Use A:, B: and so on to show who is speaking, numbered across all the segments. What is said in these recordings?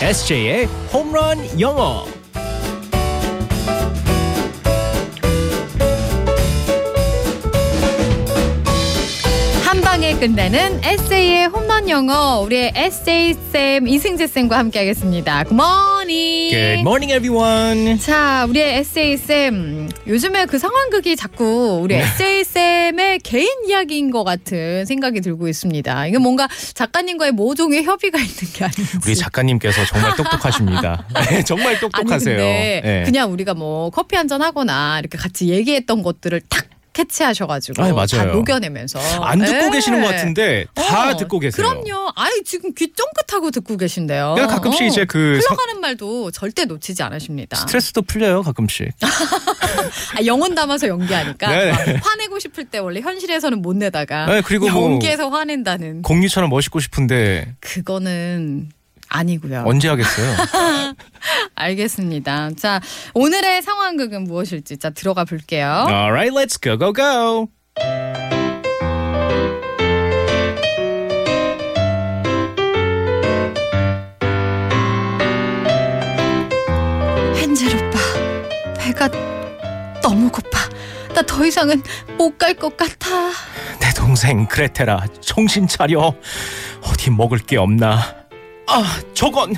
A: SJ의 홈런 영어.
B: 한 방에 끝내는 에세이의 홈런 영어 우리의 에세이 쌤 이승재 쌤과 함께하겠습니다. 굿모닝.
A: Good morning, everyone.
B: 자, 우리의 에세이 쌤 요즘에 그 상황극이 자꾸
A: 네.
B: 우리 에세이 쌤의 개인 이야기인 것 같은 생각이 들고 있습니다. 이건 뭔가 작가님과의 모종의 협의가 있는 게 아닌지.
A: 우리 작가님께서 정말 똑똑하십니다. 네, 정말 똑똑하세요.
B: 아니 근데
A: 네.
B: 그냥 우리가 뭐 커피 한 잔 하거나 이렇게 같이 얘기했던 것들을 탁 캐치하셔가지고
A: 아니, 예,
B: 다
A: 맞아요.
B: 녹여내면서
A: 안 듣고
B: 네.
A: 계시는 것 같은데 다
B: 어,
A: 듣고 계세요.
B: 그럼요. 아니 지금 귀 쫑긋하고 듣고 계신데요.
A: 그러니까 가끔씩
B: 어,
A: 이제 그 사-
B: 흘러가는 말도 절대 놓치지 않으십니다.
A: 스트레스도 풀려요 가끔씩.
B: 아, 영혼 담아서 연기하니까
A: 네.
B: 막 화내고 싶을 때 원래 현실에서는 못 내다가
A: 네, 그리고 뭐-
B: 연기에서 화낸다는
A: 공유처럼 멋있고 싶은데
B: 그거는 아니고요.
A: 언제 하겠어요?
B: 알겠습니다. 자 오늘의 상황극은 무엇일지 자 들어가 볼게요.
A: Alright, let's go go go.
B: 헨젤 오빠 배가 너무 고파. 나 더 이상은 못 갈 것 같아.
A: 내 동생 그레테라 정신 차려. 어디 먹을 게 없나? 아 저건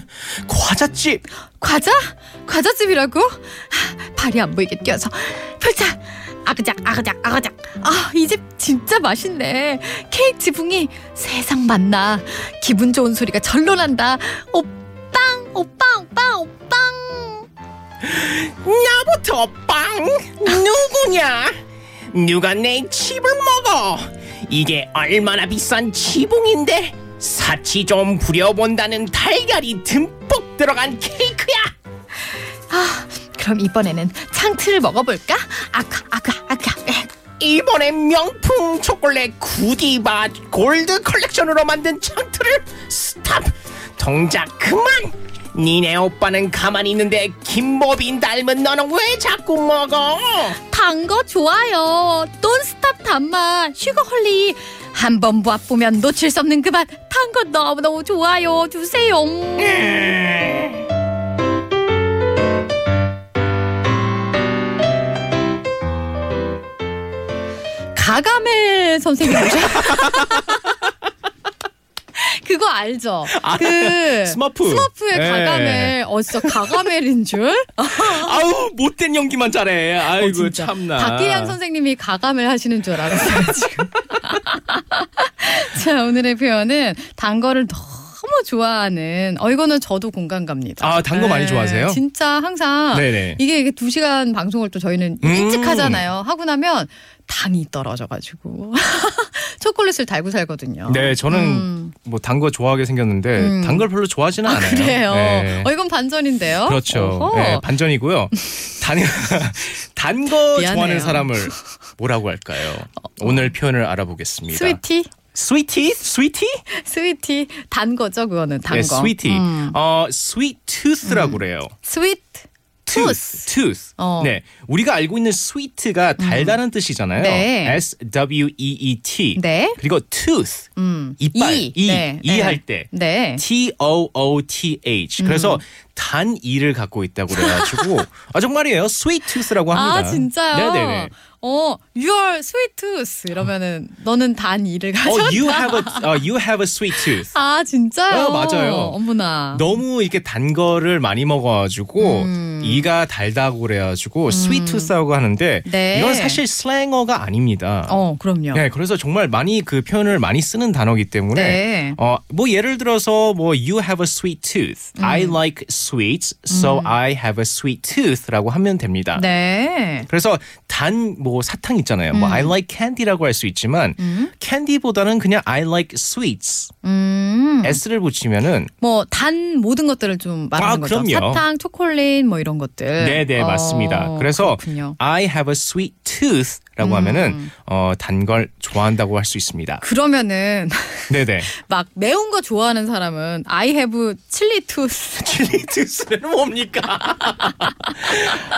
A: 과자집.
B: 과자? 과자집이라고? 하, 발이 안 보이게 뛰어서 펼짝 아그작 아그작 아그작 아 이 집 진짜 맛있네 케이크 지붕이 세상 만나 기분 좋은 소리가 절로 난다 오빵 오빵 오빵 오빵
C: 나부터 빵 누구냐 누가 내 집을 먹어 이게 얼마나 비싼 지붕인데 사치 좀 부려본다는 달걀이 듬뿍 들어간 케이크야
B: 아 그럼 이번에는 창틀을 먹어볼까? 아카 아카 아카 에,
C: 이번에 명품 초콜릿 구디바 골드 컬렉션으로 만든 창틀을 스탑 동작 그만 니네 오빠는 가만히 있는데 김보빈 닮은 너는 왜 자꾸 먹어
B: 단거 좋아요 돈스탑 단맛 슈거홀리 한 번 맛보면 놓칠 수 없는 그 맛 단 거 너무너무 좋아요 주세요
A: 음.
B: 가가멜 선생님 뭐죠? 그거 알죠? 그
A: 아, 스머프.
B: 스머프의
A: 예.
B: 가가멜 어디서 가가멜인 줄?
A: 아우 못된 연기만 잘해.
B: 어,
A: 아이고
B: 진짜.
A: 참나.
B: 박기량 선생님이 가감을 하시는 줄 알았어요 지금. 자 오늘의 표현은 단 거를 너무 좋아하는. 어 이거는 저도 공감 갑니다. 네,
A: 아, 단거 많이 좋아하세요?
B: 진짜 항상
A: 네네.
B: 이게 이게 두 시간 방송을 또 저희는
A: 음.
B: 일찍 하잖아요. 하고 나면 당이 떨어져가지고 초콜릿을 달고 살거든요.
A: 네, 저는
B: 음.
A: 뭐 단 거 좋아하게 생겼는데
B: 음.
A: 단 걸 별로 좋아하지는
B: 아,
A: 않아요.
B: 그래요.
A: 네.
B: 어 이건 반전인데요.
A: 그렇죠.
B: 어허.
A: 네, 반전이고요. 단, 단거
B: 미안해요. 어.
A: 좋아하는 사람을 뭐라고 할까요? 오늘 표현을 알아보겠습니다.
B: 스위티,
A: 스위티? 스위티?
B: 스위티 단 거죠 그거는 단
A: 네,
B: 거.
A: 스위티.
B: 음.
A: 어, 스윗 투스라고 그래요.
B: 스위트. 투스.
A: 투스.
B: 어. 음.
A: 네. 우리가 알고 있는 스위트가 달다는 뜻이잖아요.
B: 네.
A: S W E E T.
B: 네.
A: 그리고 tooth.
B: 음.
A: 이빨.
B: 이.
A: 이.
B: 네,
A: 이
B: 네.
A: 할 때.
B: 네.
A: T O O T H. 그래서
B: 음.
A: 단 이를 갖고 있다고 그래가지고 아 정말이에요. sweet tooth라고 합니다.
B: 아 진짜요?
A: 네네네.
B: 어, you are sweet tooth 이러면은 너는 단 이를
A: 어,
B: 가져.
A: you have a 어, you have a sweet tooth.
B: 아 진짜요?
A: 어, 맞아요.
B: 어머나.
A: 너무 이렇게 단 거를 많이 먹어가지고
B: 음.
A: 이가 달다고 그래가지고 sweet tooth라고 하는데
B: 네.
A: 이건 사실 슬랭어가 아닙니다.
B: 어 그럼요.
A: 네, 그래서 정말 많이 그 표현을 많이 쓰는 단어이기 때문에
B: 네.
A: 어, 뭐 예를 들어서 뭐 you have a sweet tooth, I
B: 음.
A: like sweets, so I have a sweet tooth라고 하면 됩니다.
B: 네.
A: 그래서 단 뭐 사탕 있잖아요. 뭐
B: 음.
A: I like candy라고 할 수 있지만 candy보다는 그냥 I like sweets
B: 음.
A: s를 붙이면은
B: 뭐 단 모든 것들을 좀 말하는
A: 아,
B: 거죠.
A: 그럼요.
B: 사탕, 초콜릿 뭐 이런 이런 것들.
A: 네네
B: 어,
A: 맞습니다. 그래서
B: 그렇군요.
A: I have a sweet tooth라고
B: 음.
A: 하면은 어, 단 걸 좋아한다고 할 수 있습니다.
B: 그러면은
A: 네네
B: 막 매운 거 좋아하는 사람은 I have chili tooth.
A: 칠리 트스는 뭡니까?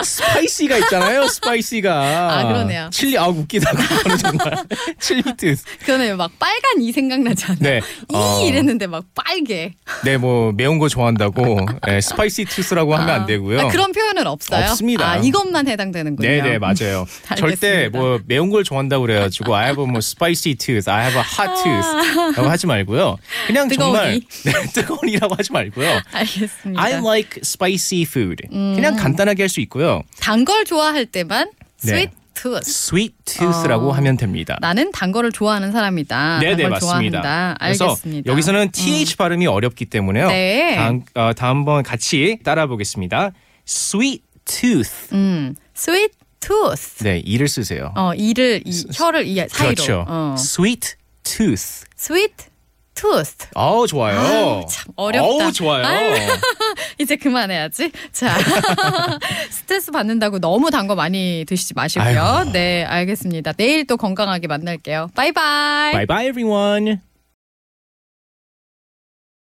A: 스파이시가 있잖아요. 스파이시가
B: 아, 그러네요.
A: 칠리 아 웃기다 그거는 정말 칠리 트스.
B: 그러면 막 빨간 이 생각나지 않아요?
A: 네.
B: 이
A: 어.
B: 이랬는데 막 빨개.
A: 네 뭐 매운 거 좋아한다고 예, 스파이시 트스라고 하면 안 되고요.
B: 아, 그런 표현은 없어요.
A: 없습니다.
B: 아 이것만 해당되는군요.
A: 네네 맞아요. 절대
B: 알겠습니다.
A: 뭐 매운 걸 좋아한다고 그래가지고 I have a 뭐 spicy tooth, I have a hot tooth라고 하지 말고요. 그냥
B: 아. 뜨거운
A: 정말
B: 이.
A: 네, 뜨거운이라고 하지 말고요.
B: 알겠습니다. 음.
A: I like spicy food. 그냥 간단하게 할 수 있고요.
B: 단 걸 좋아할 때만
A: 네.
B: sweet tooth.
A: sweet tooth라고
B: 어.
A: 하면 됩니다.
B: 나는 단 거를 좋아하는 사람이다. 단
A: 네네
B: 걸
A: 맞습니다.
B: 좋아한다.
A: 그래서
B: 알겠습니다.
A: 여기서는 th 발음이 어렵기 때문에요.
B: 네.
A: 다음 어, 다음번 같이 따라 보겠습니다. sweet tooth.
B: 음, sweet tooth.
A: 네 이를 쓰세요.
B: 어 이를 이 혀를 이 사이로.
A: 그렇죠.
B: 어.
A: sweet tooth.
B: sweet tooth.
A: 아우 좋아요.
B: 아우, 참 어렵다.
A: 아우 좋아요.
B: 아유. 이제 그만해야지. 자, 스트레스 받는다고 너무 단 거 많이 드시지 마시고요.
A: 아이고.
B: 네, 알겠습니다. 내일 또 건강하게 만날게요. 바이바이.
A: bye bye everyone.